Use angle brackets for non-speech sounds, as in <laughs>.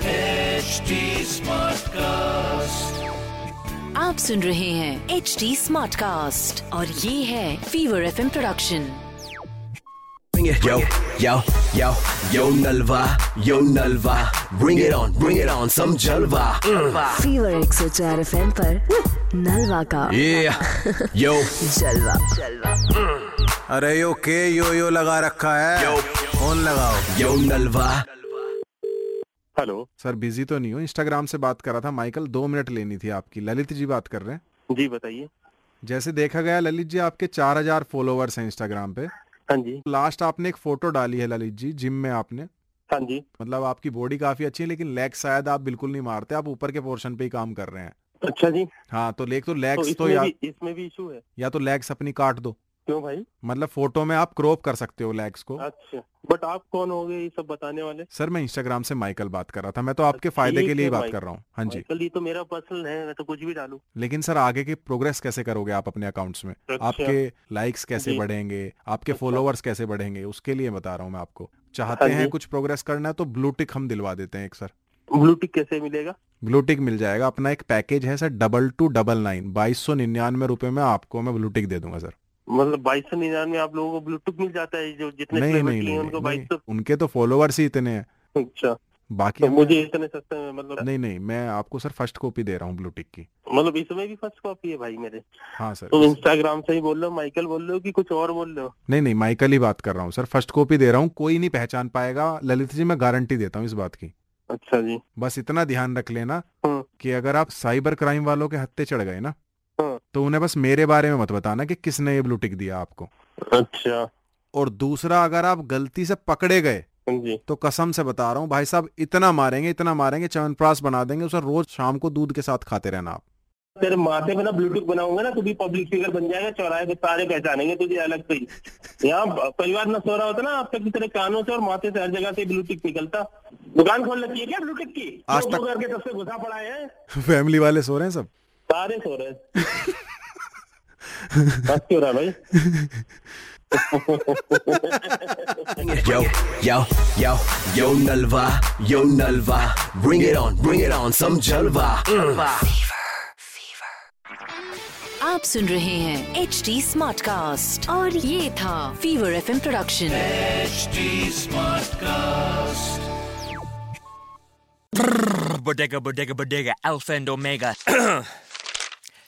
HD Smartcast. आप सुन रहे हैं एच डी स्मार्ट कास्ट और ये है fever F production Bring it. Yo, yo, yo, yo Nalva, yo Nalva. Bring it on, bring it on, some Jalva. Mm. Fever एक सौ चार एफ एम नलवा का Yeah, yo, जलवा अरे यो के यो यो लगा रखा है Yo. फोन लगाओ yo Nalva. Hello sir busy तो नहीं हो इंस्टाग्राम से बात कर रहा था माइकल दो मिनट लेनी थी आपकी ललित जी बात कर रहे हैं जी बताइए जैसे देखा गया ललित जी आपके चार हजार फॉलोअर्स हैं इंस्टाग्राम पे हाँ जी लास्ट आपने एक फोटो डाली है ललित जी जिम में आपने हाँ जी मतलब आपकी बॉडी काफी अच्छी है लेकिन लेग शायद आप बिल्कुल नहीं मारते आप ऊपर के पोर्शन पे ही काम कर रहे हैं अच्छा जी तो हाँ तो लेग तो लेग्स तो इसमें या, भी इसमें भी इशू है या तो लेग्स अपनी काट दो क्यों भाई मतलब फोटो में आप क्रॉप कर सकते हो लेग्स को अच्छा बट आप कौन हो गए ये सब बताने वाले सर मैं इंस्टाग्राम से माइकल बात कर रहा था मैं तो आपके फायदे ठीक के लिए ही है, बात माइकल। कर रहा हूँ हाँ जी माइकल ये तो मेरा पर्सनल है मैं तो कुछ भी डालू लेकिन सर आगे की प्रोग्रेस कैसे करोगे आप अपने अकाउंट्स में अच्छा। आपके लाइक्स कैसे जी। बढ़ेंगे आपके अच्छा। फॉलोअर्स कैसे बढ़ेंगे उसके लिए बता रहा हूँ मैं आपको चाहते हाँ हैं जी। कुछ प्रोग्रेस करना है तो ब्लू टिक हम दिलवा देते हैं एक सर ब्लू टिक कैसे मिलेगा ब्लू टिक मिल जाएगा अपना एक पैकेज है sir double two double nine बाईस सौ निन्यानवे रुपए में आपको मैं ब्लू टिक दे दूंगा सर मतलब बाईस सौ निन्यानवे में आप लोगों को ब्लू टिक मिल जाता है जो जितने नहीं kilometer नहीं लिए नहीं, उनको नहीं बाईस सौ उनके तो फॉलोअर्स ही इतने हैं अच्छा बाकी तो हम- मुझे इतने सस्ते में मतलब <laughs> नहीं नहीं मैं आपको सर फर्स्ट कॉपी दे रहा हूँ ब्लू टिक की मतलब इसमें भी फर्स्ट कॉपी है भाई मेरे हाँ सर तुम इंस्टाग्राम से ही बोल रहे हो माइकल बोल रहे हो कि कुछ और बोल रहे हो नहीं नहीं माइकल ही बात कर रहा हूँ सर फर्स्ट कॉपी दे रहा हूँ कोई नहीं पहचान पाएगा ललित जी मैं गारंटी देता हूँ इस बात की अच्छा जी बस इतना ध्यान रख लेना हम्म। कि अगर आप साइबर क्राइम वालों के हत्ते चढ़ गए ना हम्म। तो उन्हें बस मेरे बारे में मत बताना कि किसने ये ब्लू टिक दिया आपको अच्छा और दूसरा अगर आप गलती से पकड़े गए हाँ जी तो कसम से बता रहा हूँ भाई साहब इतना मारेंगे इतना मारेंगे च्यवनप्राश बना देंगे उसे रोज शाम को दूध के साथ खाते रहना आप <laughs> तेरे माथे पे ना ब्लूटूथ बनाऊंगा ना तू भी पब्लिक फिगर बन जाएगा चौराहे पे सारे पहचानेंगे तुझे अलग से ही यहाँ परिवार ना सो रहा होता ना अब तक की तेरे कानों से और माथे से हर जगह से ब्लूटूथ निकलता दुकान खोल रखी है क्या ब्लूटूथ की आज लोगों तक- करके सबसे घुसा पड़ा है फैमिली वाले सो रहे हैं सब सारे सो रहे हैं बस क्यों रहा भाई Yo, yo, yo, yo Nalva, yo Nalva. Bring it on, bring it on, some Jalva. Mm. आप सुन रहे हैं एच डी स्मार्ट कास्ट और ये था fever F production HD Smartcast. Bodega, bodega, bodega, alpha and omega. <clears throat>